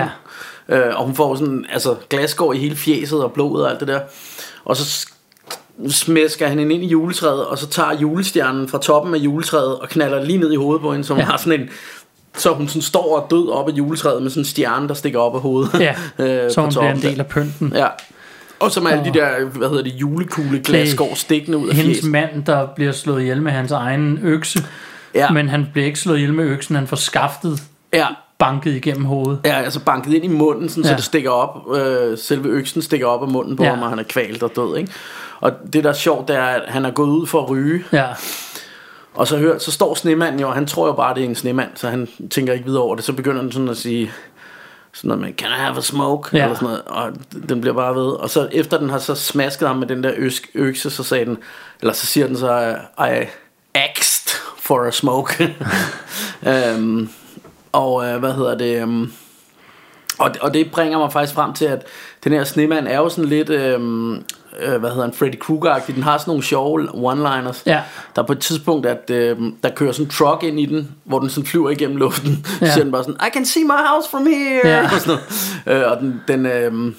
ikke? Øh, og hun får sådan, altså glasgård i hele fjeset og blodet og alt det der. Og så s- smæsker han hende ind i juletræet, og så tager julestjernen fra toppen af juletræet og knaller lige ned i hovedet på hende, så hun Ja. ja. har sådan en... Så hun sådan står og er død op af juletræet med sådan en stjerne, der stikker op af hovedet. ja. <laughs> øh, så på hun bliver en toppen del af pynten. der. Ja. Og så med alle de der, hvad hedder det, julekugle glasgård stikkende ud af Hendes fjeset. mand, der bliver slået ihjel med hans egen økse. Ja. Men han bliver ikke slået ihjel med øksen, han får skaftet Ja. banket igennem hovedet. Ja, altså banket ind i munden, sådan, ja. Ja. så det stikker op. Øh, selve øksen stikker op af munden på Ja. ja. ham, og han er kvalt og død, ikke? Og det, der er sjovt, det er, at han er gået ud for at ryge, Ja, og så, hører, så står snemanden jo, og han tror jo bare, det er en snemand, så han tænker ikke videre over det. Så begynder han sådan at sige, sådan noget med, can I have a smoke? Ja. Ja. Eller sådan noget, og den bliver bare ved. Og så efter den har så smasket ham med den der øsk, økse, så sagde den, eller så siger den så, I axed for a <laughs> smoke. øhm, og øh, hvad hedder det... øhm, og, og det bringer mig faktisk frem til, at den her snemand er jo sådan lidt, øhm, øh, hvad hedder han, Freddy Krueger-agtig. Den har sådan nogle sjove one-liners. Ja. Der er på et tidspunkt, at øhm, der kører sådan en truck ind i den, hvor den sådan flyver igennem luften. Ja. Ja. Så siger den bare sådan, I can see my house from here. Ja. Og, sådan noget. Øh, og den, den øhm,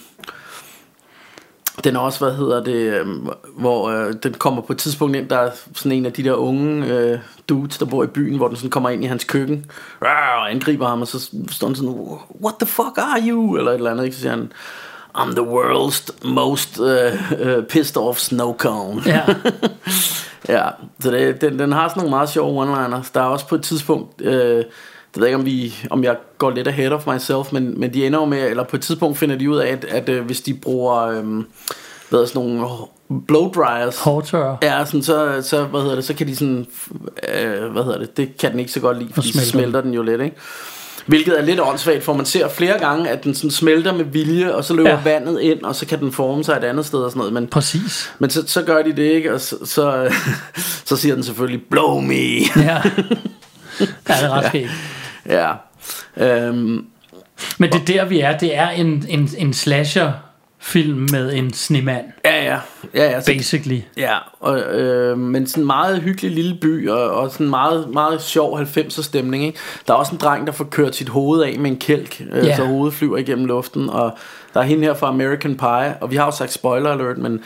den er også, hvad hedder det, øhm, hvor øh, den kommer på et tidspunkt ind, der er sådan en af de der unge øh, dudes, der bor i byen, hvor den sådan kommer ind i hans køkken rar, og angriber ham, og så står den sådan, what the fuck are you? Eller et eller andet, ikke? Så siger han, I'm the world's most uh, uh, pissed off snow cone. ja, <laughs> Ja, så det, den, den har sådan nogle meget sjove one-liners. Der er også på et tidspunkt, øh, det ved jeg ikke, om, vi, om jeg går lidt ahead of myself, men, men de ender jo med, eller på et tidspunkt finder de ud af, at, at øh, hvis de bruger, øh, hvad er sådan nogle blow dryers, hårdtørre. Ja, sådan, så, så, hvad hedder det, så kan de sådan, øh, hvad hedder det, det kan den ikke så godt lide, fordi smelter smelter. så smelter den jo lidt, ikke? Hvilket er lidt åndssvagt, for man ser flere gange, at den sådan smelter med vilje, og så løber Ja. ja. vandet ind, og så kan den forme sig et andet sted og sådan noget. Men, Præcis. men så, så gør de det ikke, og så, så, <laughs> så siger den selvfølgelig, blow me. <laughs> Ja. ja, det er ret skægt. ja. Øhm, Men det er der, vi er. Det er en, en, en slasher-film med en snemand, ja, ja. ja, ja så, basically. ja og, øh, men sådan en meget hyggelig lille by, og, og sådan en meget, meget sjov 90'er stemning. Ikke? Der er også en dreng, der får kørt sit hoved af med en kælk, øh, Ja. så hovedet flyver igennem luften, og der er hende her fra American Pie, og vi har jo sagt spoiler alert, men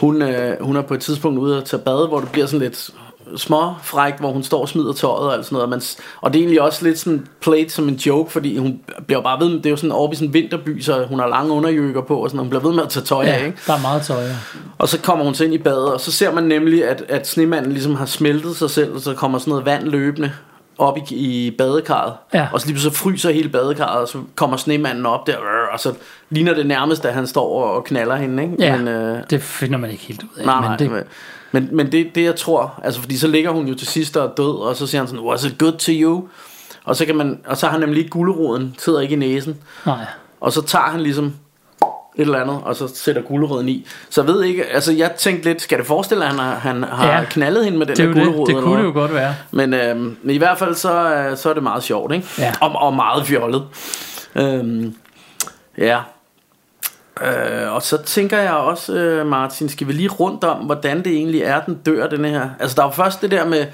hun, øh, hun er på et tidspunkt ude at tage bade, hvor det bliver sådan lidt småfrækt, hvor hun står og smider tøjet og alt sådan noget. Og, man, s- og det er egentlig også lidt sådan played som en joke, fordi hun bliver bare ved med, det er jo sådan oppe i sådan en vinterby, så hun har lange underjøkker på, og sådan, og hun bliver ved med at tage tøj af, Ja, ikke? der er meget tøj. ja. Og så kommer hun så ind i badet, og så ser man nemlig, at, at snemanden ligesom har smeltet sig selv, og så kommer sådan noget vand løbende op i, i badekarret. Ja. Og så lige pludselig så fryser hele badekarret, og så kommer snemanden op der, øh, før, og så ligner det nærmest, at han står og knaller hende, ikke? Ja, Men, øh, det finder man ikke helt ud af. nej, nej, men det... men, men det, det jeg tror, altså fordi så ligger hun jo til sidst og er død, og så siger han sådan, was it good to you? Og så, kan man, og så har han nemlig ikke guleroden, sidder ikke i næsen. nej. Og så tager han ligesom et eller andet, og så sætter guleroden i. Så jeg ved ikke, altså jeg tænkte lidt, skal det forestille, at han har, han har Ja, ja, knaldet hende med den Det, er der jo det. gulerod? det eller kunne hvad? det jo godt være. Men, øhm, men i hvert fald så, øh, så er det meget sjovt, ikke? Ja. Og, og meget fjollet. Øhm, ja. Øh, og så tænker jeg også, øh, Martin, skal vi lige rundt om, hvordan det egentlig er, den dør, den her. Altså der er jo først det der med,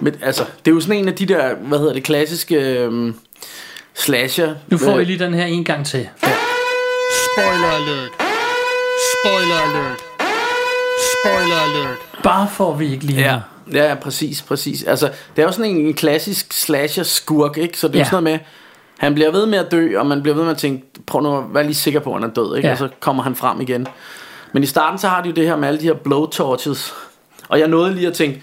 med altså det er jo sådan en af de der, hvad hedder det, klassiske øh, slasher. Nu får Øh, I lige den her en gang til. Spoiler alert. Spoiler alert. Spoiler alert. Bare får vi ikke lige. Ja. Ja, ja, præcis, præcis. Altså, det er jo sådan en, en klassisk slasher-skurk, ikke? Så det Ja. er ja. sådan noget med, han bliver ved med at dø, og man bliver ved med at tænke, prøv nu at være lige sikker på, at han er død, ikke? Ja. Ja. Og så kommer han frem igen. Men i starten, så har de jo det her med alle de her blowtorches. Og jeg nåede lige at tænke,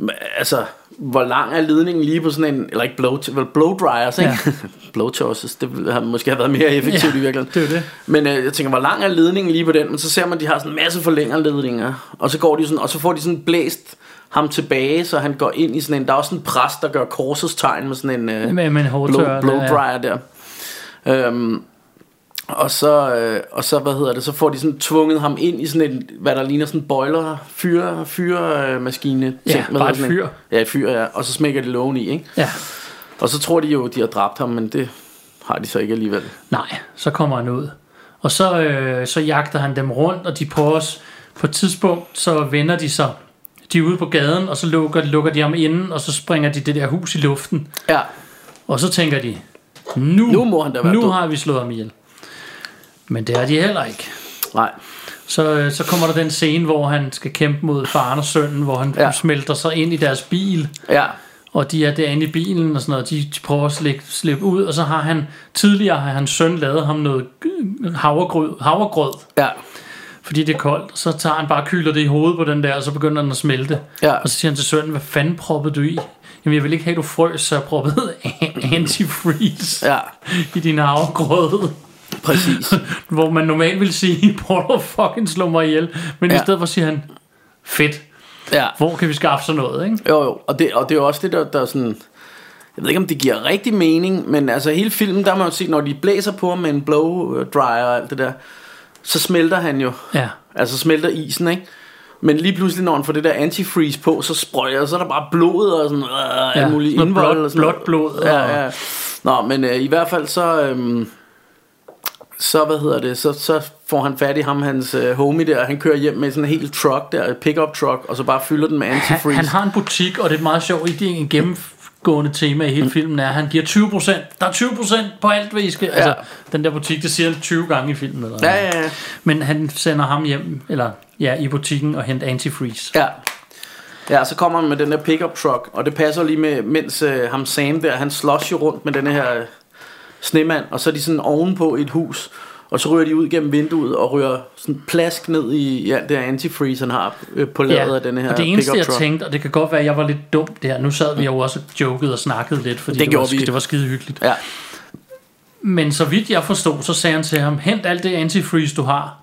"M- altså, hvor lang er ledningen lige på sådan en, eller ikke blow, vel, blowdryers, ikke? Ja. Ja. <laughs> blowtorches, det ville have måske have været mere effektivt Ja, i virkeligheden. det er jo det. Men øh, jeg tænker, hvor lang er ledningen lige på den? Men så ser man, at de har sådan en masse forlængerledninger. Og så, går de sådan, og så får de sådan blæst ham tilbage, så han går ind i sådan en... Der er også sådan en præst, der gør korsets tegn med sådan en øh, Med- med en hårdtørrer, blow, blow der, dryer der. Øhm, og så, øh, og så, hvad hedder det, så får de sådan tvunget ham ind i sådan en, hvad der ligner sådan en boiler, fyre, fyre øh, maskine. Ja, ting. Hvad bare hedder et sådan en- fyr. Ja, et fyr, ja. Og så smækker de lågen i, ikke? Ja. Og så tror de jo, de har dræbt ham, men det har de så ikke alligevel. Nej, så kommer han ud. Og så, øh, så jagter han dem rundt, og de prøver os. På et tidspunkt, så vender de sig. De er ude på gaden, og så lukker, lukker de ham inden, og så springer de det der hus i luften. Ja, Og så tænker de, nu, Nu må han da være nu død. har vi slået ham ihjel. Men det er de heller ikke. nej. Så, øh, så kommer der den scene, hvor han skal kæmpe mod faren og sønnen, hvor han ja. Ja. smelter sig ind i deres bil, Ja, og de er derinde i bilen og sådan noget, de, de prøver at slippe, slippe ud, og så har han, tidligere har hans søn lavet ham noget øh, havregrød, havregrød ja, fordi det er koldt, og så tager han bare og kyler det i hovedet på den der, og så begynder den at smelte. Ja. Og så siger han til sønnen, hvad fanden proppede du i? Jamen jeg vil ikke have, at du frøs, så jeg proppede <laughs> antifreeze ja. i din havregrød. <laughs> Præcis. Hvor man normalt vil sige, <laughs> prøv at fucking slå mig ihjel. Men ja. i Ja. stedet for siger han, fedt, Ja. hvor kan vi skaffe sådan noget, ikke? Jo, jo. Og det, og det er jo også det, der, der er sådan... Jeg ved ikke, om det giver rigtig mening, men altså hele filmen, der har man jo set, når de blæser på ham med en blow dryer og alt det der, så smelter han jo. Ja. Altså smelter isen, ikke? Men lige pludselig, når han får det der antifreeze på, så sprøjter, så er der bare blod og sådan øh, ja, alt muligt sådan noget indvold. blåt- og sådan noget. blåt blod og- Ja, ja. Nå, men øh, i hvert fald så... Øh, så, hvad hedder det, så, så får han fat i ham, hans øh, homie der, han kører hjem med sådan en hel truck der, et pickup truck, og så bare fylder den med antifreeze. Han, han har en butik, og det er meget sjovt, det er en gennemgående tema Mm. i hele filmen er, at han giver 20%. Der er 20% på alt, hvad I skal... Ja. Altså, den der butik, det siger han 20 gange i filmen. Eller Ja, ja, ja. Men han sender ham hjem, eller ja, i butikken og henter antifreeze. Ja. Ja, så kommer han med den der pickup truck, og det passer lige med, mens øh, ham Sam der, han slås jo rundt med den her øh, snemand, og så er de sådan ovenpå i et hus, og så ryger de ud gennem vinduet og ryger sådan plask ned i ja, det her antifreeze, han har øh, på ladet af den her og det eneste, jeg pickup truck. tænkte, og det kan godt være, at jeg var lidt dum der. Nu sad vi jo også og jokede og snakkede lidt, fordi Det det, det, var, gjorde vi. det var skide hyggeligt. Ja, Men så vidt jeg forstod, så sagde han til ham, hent alt det antifreeze, du har.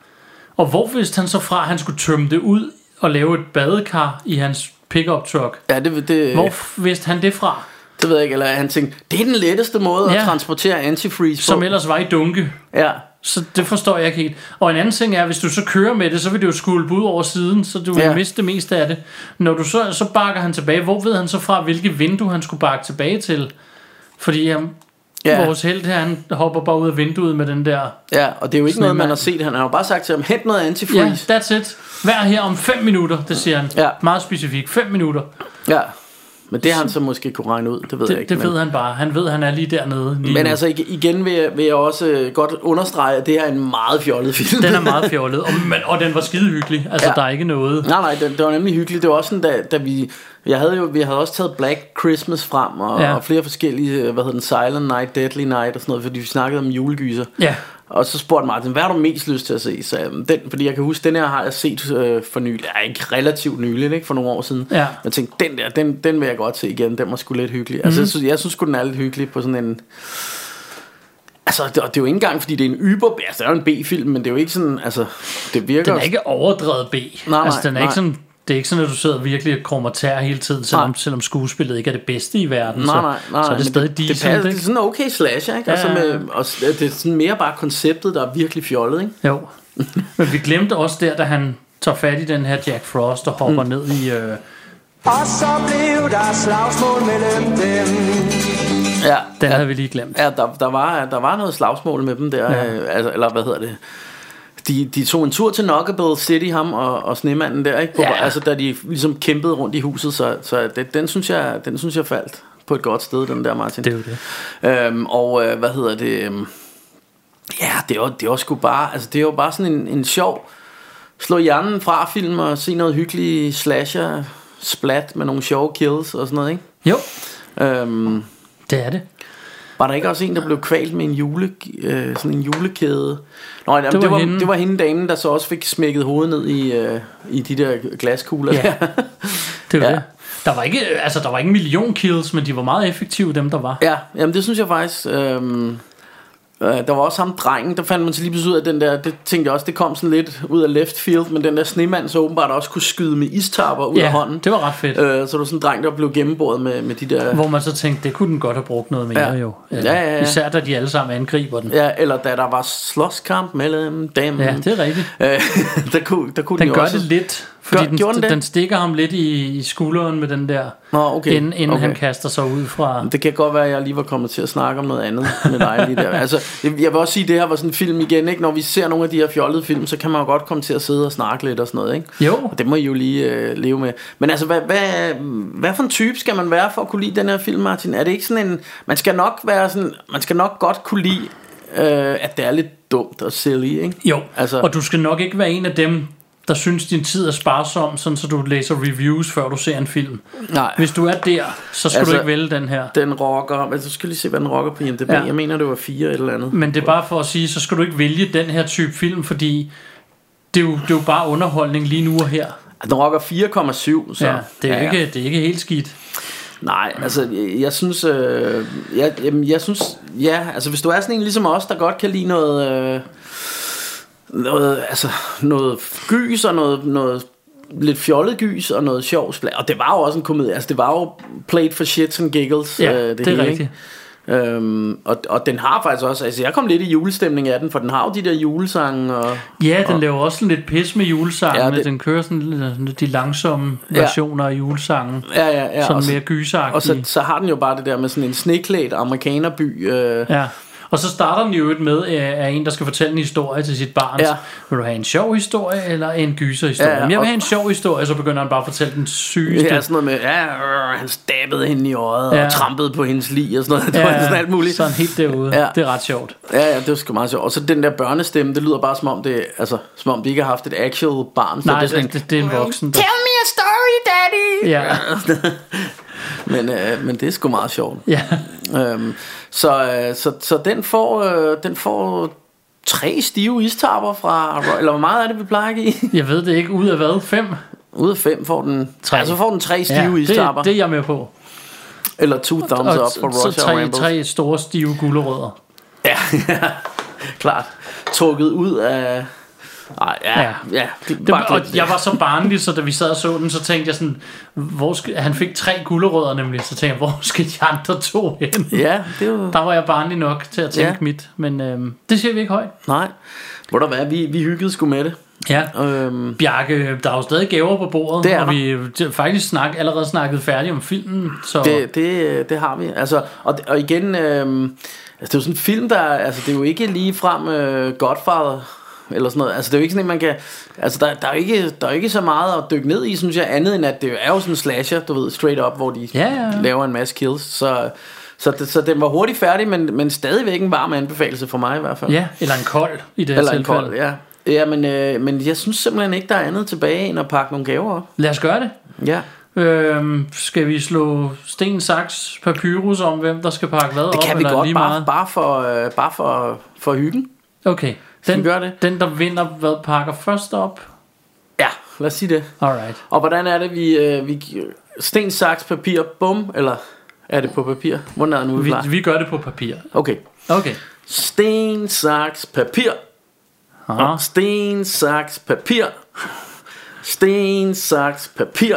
Og hvor vidste han så fra, at han skulle tømme det ud og lave et badekar i hans pickup truck? ja det, det, Hvor f- vidste han det fra? det ved jeg ikke, eller han tænkte, det er den letteste måde Ja. at transportere antifreeze Som på. ellers var i dunke. Ja, Så det forstår jeg ikke helt. Og en anden ting er, hvis du så kører med det, så vil det jo skulpe ud over siden, så du vil Ja. miste det meste af det. Når du så, så bakker han tilbage, hvor ved han så fra, hvilket vindue han skulle bakke tilbage til? Fordi um, ja. ja. vores held her, han hopper bare ud af vinduet med den der... ja, og det er jo ikke noget, man Snemand. har set. Han har jo bare sagt til ham, hent noget Ja, antifreeze. that's it. Vær her om 5 minutter, det siger han. Ja. Meget specifikt, 5 minutter. Ja. ja. Men det har han så måske kunne regne ud, det ved jeg Det, ikke. det men- ved han bare. Han ved, han er lige dernede. Lige Men nu. altså ig- igen vil jeg, vil jeg også øh, godt understrege, at det her er en meget fjollet film. Den er meget fjollet, og, men, og den var skidehyggelig. Altså, ja. Ja. der er ikke noget... Nej, nej, det, det var nemlig hyggeligt. Det var også sådan, da, da vi... Jeg havde jo, vi havde også taget Black Christmas frem, og, Ja. ja. og flere forskellige, øh, hvad hedder den, Silent Night, Deadly Night og sådan noget, fordi vi snakkede om julegyser. Ja. Og så spurgte Martin, hvad har du mest lyst til at se? Så, øhm, den, fordi jeg kan huske, den her har jeg set øh, for nylig, ja, ikke relativt nylig, ikke? for nogle år siden. Ja. Men jeg tænkte, den der, den, den vil jeg Mhm. godt se igen, den var sgu lidt hyggelig. Altså, jeg synes, jeg synes sgu, den er lidt hyggelig på sådan en... Altså, det, og det er jo ikke engang, fordi det er en yber... Altså, det er jo en B-film, men det er jo ikke sådan... Altså, det virker... Den er ikke overdrevet B. nej, altså, den er nej. ikke sådan, det er ikke sådan, at du sidder virkelig og krummer tær hele tiden, selvom, Nej. selvom skuespillet ikke er det bedste i verden. Nej, så, nej, Altså, så nej. er det men stadig det, det, decent, passer, det er ikke? sådan en okay slasher, ikke? Ja. Altså Ja. med, og s- det er sådan mere bare konceptet, der er virkelig fjollet, ikke? Jo. Men vi glemte også der, da han tager fat i den her Jack Frost og hopper mm. ned i... Øh, Og så blev der slagsmål mellem dem Ja, den ja, havde vi lige glemt. ja der, der, var, der var noget slagsmål med dem der, Ja. ja. øh, altså, eller hvad hedder det? De, de tog en tur til Knockable City, ham og, og snemanden der, ikke? På, Ja. ja. Altså, da de ligesom kæmpede rundt i huset, så, så det, den, synes jeg, den synes jeg faldt på et godt sted, den der Martin. Det er jo det. Øhm, og øh, hvad hedder det? øhm, Ja, det er, jo- det er jo sgu bare, altså det er jo bare sådan en, en sjov slå hjernen fra film og se noget hyggeligt slasher splat med nogle sjove kills og sådan noget, ikke? Jo, Øhm, det er det. var der ikke også en, der blev kvalt med en, jule, øh, sådan en julekæde? Nå, jamen, det, var var det, var, hende. det var hende damen, der så også fik smækket hovedet ned i, øh, i de der glaskugler. Ja. der. <laughs> Det var Ja. ja. det. Der var, ikke, altså, der var ikke en million kills, men de var meget effektive, dem der var. Ja, jamen det synes jeg faktisk. Øhm, øh, der var også ham drengen, der fandt man så lige pludselig ud af den der, det tænkte jeg også, det kom sådan lidt ud af left field, men den der snemand så åbenbart også kunne skyde med istapper ud af hånden. det var ret fedt. Øh, Øh, så der var sådan en dreng, der blev gennemboret med, med de der... hvor man så tænkte, det kunne den godt have brugt noget mere Ja. jo. Ja, ja, ja. Især da de alle sammen angriber den. Ja, eller da der var slåskamp mellem dem. Ja, det er rigtigt. Øh, <laughs> der kunne, der kunne Den jo gør også... det lidt, fordi Gør- den, gjorde den den, det? den stikker ham lidt i, i skulderen med den der, Nå, okay. inden, inden okay. han kaster sig ud fra... Det kan godt være, at jeg lige var kommet til at snakke om noget andet med dig lige der. Altså, jeg, jeg vil også sige, at det her var sådan en film igen, ikke? Når vi ser nogle af de her fjollede film, så kan man jo godt komme til at sidde og snakke lidt og sådan noget, ikke? Jo. Og det må I jo lige øh, leve med. Men altså, hvad, hvad, hvad for en type skal man være for at kunne lide den her film, Martin? Er det ikke sådan en... Man skal nok være sådan... Man skal nok godt kunne lide, øh, at det er lidt dumt og silly, ikke? Jo, altså, Altså- og du skal nok ikke være en af dem, der synes, din tid er sparsom, sådan så du læser reviews, før du ser en film. Nej. Hvis du er der, så skal altså, Altså- du ikke vælge den her. Den rocker... Altså, du skal lige se, hvad den rocker på IMDb. Ja. Ja. Jeg mener, det var fire eller andet. Men det er bare for at sige, så skal du ikke vælge den her type film, fordi det er jo, det er jo bare underholdning lige nu og her. Den rocker 4,7, så... Så, ja, det, er ja, Ikke, det er ikke helt skidt. Nej, altså jeg, jeg synes, øh, jeg, jamen, jeg synes, ja, altså hvis du er sådan en ligesom os, der godt kan lide noget, øh, noget, altså noget gys og noget, noget lidt fjollet gys og noget sjov splat. Og det var jo også en komedie, altså det var jo played for shits and giggles. øh, Ja, det er ikke? rigtigt. Øhm, og, og den har faktisk også Altså jeg kom lidt i julestemning af den For den har jo de der julesange og, Ja, den laver også sådan lidt pis med julesangene. Ja, Ja, det... det- Den kører sådan lidt øh, de langsomme Ja. versioner af julesangen. Ja ja ja sådan og, så, mere gyseragtige. og så, så har den jo bare det der med sådan en sneklædt amerikanerby øh, Ja. Og så starter den jo et med øh, af en, der skal fortælle en historie til sit barn. Ja. Vil du have en sjov historie eller en gyserhistorie? Ja, ja, Ja, jeg vil og- have en sjov historie, så begynder han bare at fortælle den sygeste. Ja, sådan noget med, ja, øh, han stabbede hende i øjet Ja. ja. og trampede på hendes lig og sådan noget. <laughs> Det var sådan alt muligt. Sådan helt derude. Ja. Ja. Det er ret sjovt. Ja, ja, det var sgu meget sjovt. Og så den der børnestemme, det lyder bare som om, det, altså, som om de ikke har haft et actual barn. Så Nej, det er sådan, det, det, det er en voksen. Der. me a story, daddy! Ja. <laughs> Men, øh, men det er sgu meget sjovt. Ja. Øhm, så, øh, så, så den får, øh, den får tre stive istapper fra, eller hvor meget er det, vi plejer at give? <laughs> Jeg ved det ikke. Ud af hvad? Fem? Ud af fem får den, tre. Ja, så får den tre Ja, stive ja, istapper. det, det er jeg med på. eller two thumbs up for så Roger tre, Rambo. tre store stive gulerødder. Ja, <laughs> ja, klart. Trukket ud af... Ej, ja, Ja. ja. ja det, Det, bare og glem det. jeg var så barnlig, så da vi sad og så den, så tænkte jeg sådan, hvor skal, han fik tre gulerødder nemlig, så tænkte jeg, hvor skal de andre to hen? Ja, det er jo... Der var jeg barnlig nok til at tænke ja. Ja. mit, men øhm, det ser vi ikke højt. Nej. Hvor der var, vi, vi hyggede sgu med det. Ja. Øhm, Bjarke, der er jo stadig gaver på bordet, Det er og der. vi øh, faktisk snak, allerede snakket færdigt om filmen, så det, det, det har vi. Altså, og, og igen, øhm, altså, det er jo sådan en film, der... Altså, det er jo ikke ligefrem øh, Godfather eller sådan noget. Altså det er jo ikke sådan, at man kan... Altså der, der, er jo ikke, der er jo ikke så meget at dykke ned i, synes jeg, andet end at det er jo sådan en slasher, du ved, straight up, hvor de Ja, ja. laver en masse kills. Så, så, det, så den var hurtigt færdig, men, men stadigvæk en varm anbefaling for mig i hvert fald. ja, eller en kold i det her Eller en tilfælde. kold, ja. Ja, men, øh, men jeg synes simpelthen ikke, der er andet tilbage end at pakke nogle gaver op. Lad os gøre det. Ja. Øhm, skal vi slå sten, saks, papyrus om, hvem der skal pakke hvad op? Det kan vi eller er godt, lige bare, meget? bare, for, øh, bare for, for hyggen. Okay. vi Den, gøre det? den, der vinder, hvad pakker først op? Ja, lad os sige det. Alright. Og hvordan er det, vi... Øh, vi sten, saks, papir, bum, eller er det på papir? Hvordan er det nu, vi, Vi, plejer? vi gør det på papir. Okay, Okay. Sten, saks, papir. Aha. Sten, saks, papir. Sten, saks, papir.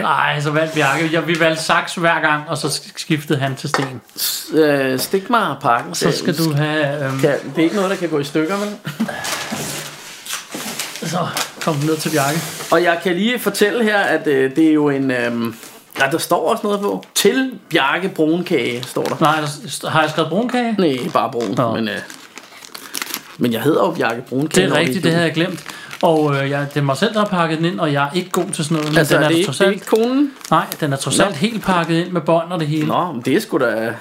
Nej, så valgte Bjarke. Jeg, vi valgte saks hver gang, og så sk- skiftede han til sten. S- øh, stik mig af pakken. Så skal du have... Øhm, Kan, det er ikke noget, der kan gå i stykker, vel? så kom den ned til Bjarke. Og jeg kan lige fortælle her, at øh, det er jo en... Øh, ja, der står også noget på. Til Bjarke Brunkage, står der. Nej, der s- har jeg skrevet brunkage? Nej, bare brun. Nå. Men, øh, men jeg hedder jo Bjarke Det Brunkage. er når rigtigt, det havde jeg glemt. Og øh, jeg, det er mig selv, der har pakket den ind, og jeg er ikke god til sådan noget. Men Altså, den er det, ikke, trods det er alt, ikke konen? Nej, den er trods alt helt pakket ind med bånd og det hele. Nå, men det er sgu da...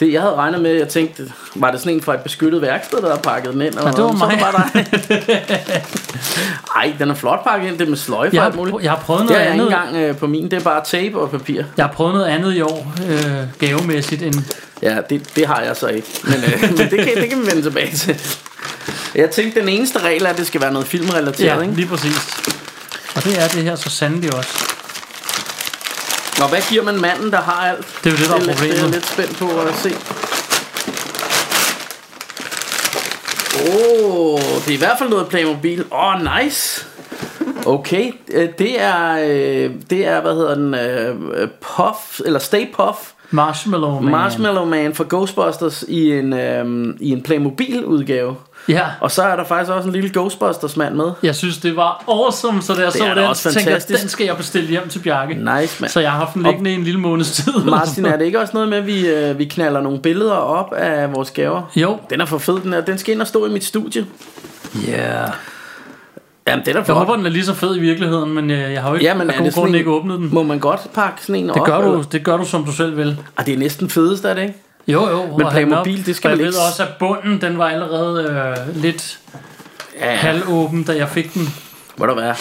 Det, jeg havde regnet med, jeg tænkte, var det sådan en fra et beskyttet værksted, der havde pakket den ind? Eller Ja, det var noget? Så mig. var dig. <laughs> Ej, den er flot pakket ind, det er med sløjfe Jeg og har, alt muligt. pr- jeg har prøvet Det noget er jeg ikke andet. engang øh, på min, det er bare tape og papir. Jeg har prøvet noget andet i år, øh, gavemæssigt, end Ja, det, det har jeg så ikke. Men, øh, men det, kan, det kan vi vende tilbage til. Jeg tænkte, den eneste regel er, at det skal være noget filmrelateret, ja, ikke? lige præcis. Og det er det her så sandelig også. Nå, hvad giver man manden, der har alt? Det er jo det, der er lidt- Det er problemet. jeg lidt spændt på at se. Åh, oh, det er i hvert fald noget Playmobil. Åh, oh, nice. Okay, øh, det er, øh, det er, hvad hedder den, øh, Puff, eller Stay Puff, Marshmallow Man. Marshmallow Man fra Ghostbusters i en, øh, i en Playmobil-udgave. Ja, Og så er der faktisk også en lille Ghostbusters-mand med. jeg synes, det var awesome, så da jeg så er da den, også tænkte jeg, fantastisk. den skal jeg bestille hjem til Bjarke. Nice, mand. Så jeg har haft den Og- liggende i en lille måneds tid. Martin, er det ikke også noget med, at vi, øh, vi knaller nogle billeder op af vores gaver? <laughs> Jo. Den er for fed, den er. Den skal ind og stå i mit studie. Ja. Yeah. Jamen, den er Jeg flot. håber, den er lige så fed i virkeligheden, men øh, jeg har jo ikke, Ja, men af er gode det sådan grunde en, ikke åbnet den. Må man godt pakke sådan en Det op? gør, du, eller? det gør du, som du selv vil. Ah, det er næsten fedest, er det ikke? Jo, jo. Men Playmobil, det skal og jeg vel ved ikke- også, at bunden, den var allerede øh, lidt Ja, halvåben, da jeg fik den. Må der være.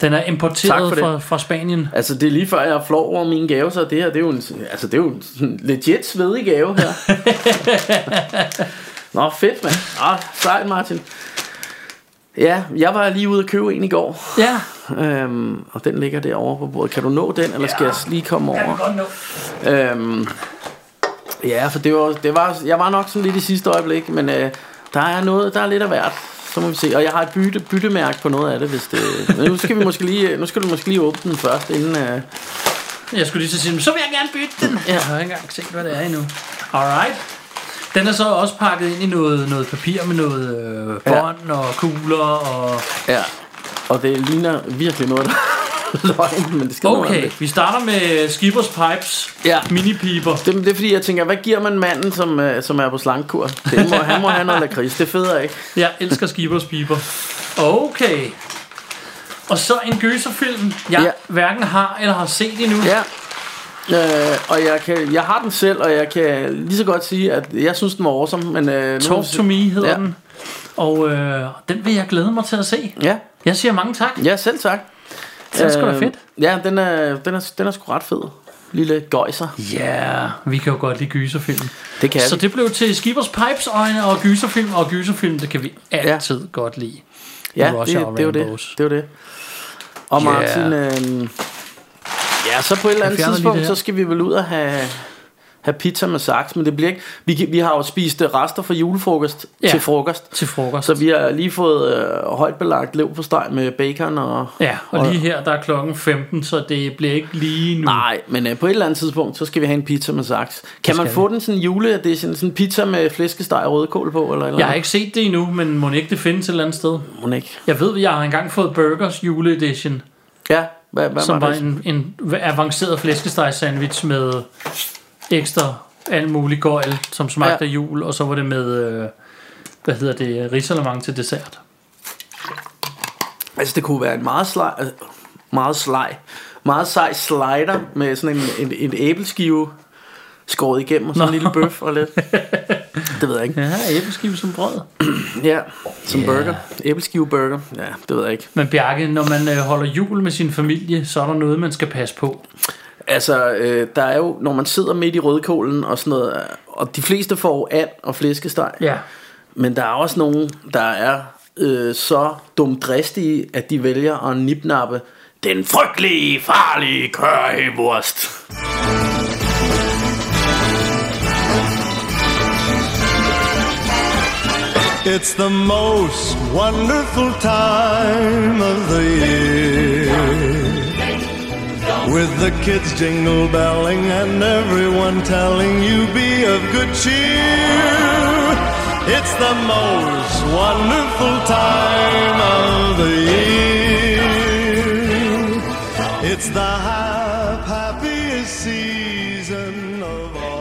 Den er Tak importeret for det. fra, fra Spanien. Altså, det er lige før, jeg er flov over mine gaver, så det her, det er jo en, altså, det er jo en sådan legit svedig gave <laughs> her. Nå, fedt, mand. Ah, sejt, Martin. Ja, jeg var lige ude at købe en i går, Ja, øhm, og den ligger derovre på bordet. Kan du nå den, eller skal jeg lige komme over? godt nu. Øhm, ja, for det var, det var, jeg var nok sådan lidt i sidste øjeblik, men øh, der er noget, der er lidt af hvert. Så må vi se. Og jeg har et bytte, byttemærke på noget af det, hvis det... Men nu skal, vi måske lige, nu skal du måske lige åbne den først, inden... Øh, Jeg skulle lige til at sige, "Men så vil jeg gerne bytte den. Jeg har ikke engang set, hvad det er endnu. Alright. Den er så også pakket ind i noget, noget papir med noget øh, Ja. bånd og kugler og... ja. Og det ligner virkelig noget, der er løgn, men det skal noget Okay, vi starter med Skippers Pipes. Ja. Minipiber. det, det er fordi, jeg tænker, hvad giver man manden, som, øh, som er på slangkur? Det må, han må have noget lakrids, det feder ikke. Jeg elsker Skippers Piber. Okay. Og så en gyserfilm, jeg Ja. hverken har eller har set endnu. Ja. Øh, og jeg, kan, jeg har den selv, og jeg kan lige så godt sige, at jeg synes, den var awesome. Men, øh, nu må Talk vi se. to Me hedder Ja. den. Og øh, den vil jeg glæde mig til at se. Ja, Jeg siger mange tak. ja selv tak. Øhm, Det er sgu da fedt. Ja, den er, den, er, den er sgu ret fed. Lille gøjser. Ja, yeah, vi kan jo godt lide gyserfilm. Det kan Så vi. det blev til Skibers Pipes øjne og gyserfilm, og gyserfilm, det kan vi altid ja. godt lide. ja, Russia det, og det er jo det. Rambos. Det er jo det. Og Yeah. Martin, øh, ja, så på et eller fjerner andet lige det tidspunkt, her. så skal vi vel ud og have, have pizza med saks, men det bliver ikke... Vi, kan- vi har jo spist øh, rester fra julefrokost Ja. ja. til frokost. Til frokost. Så vi har lige fået øh, højt belagt lev på steg med bacon og... Ja, og lige her, der er klokken 15, så det bliver ikke lige nu. Nej, men øh, på et eller andet tidspunkt, så skal vi have en pizza med saks. Kan man skal få den sådan juleedition, sådan en pizza med flæskesteg og rødkål på, eller eller Jeg har ikke set det endnu, men må det ikke det findes et eller andet sted? Mon ikke. Jeg ved, jeg har engang fået Burgers juleedition, Ja, hvad, hvad som var var det? en, en avanceret flæskesteg sandwich med ekstra alt muligt gøjl, som smagte Ja. af jul, og så var det med, øh, hvad hedder det, risalemang til dessert. Altså, det kunne være en meget sej, øh, meget sej, meget sej slider med sådan en, en, en æbleskive skåret igennem, og sådan en lille bøf <laughs> og lidt. Det ved jeg ikke. Ja, æbleskive som brød. Ja, som burger. Æbleskive burger. Ja, det ved jeg ikke. Men Bjarke, når man øh, holder jul med sin familie, så er der noget, man skal passe på. Altså, øh, der er jo, når man sidder midt i rødkålen og sådan noget, øh, og de fleste får jo and og flæskesteg. Ja. Men der er også nogen, der er øh, så dumdristige, at de vælger at nipnappe den frygtelige, farlige currywurst. It's the most wonderful time of the year. With the kids jingle belling and everyone telling you be of good cheer. It's the most wonderful time of the year. It's the hap- happiest season of all.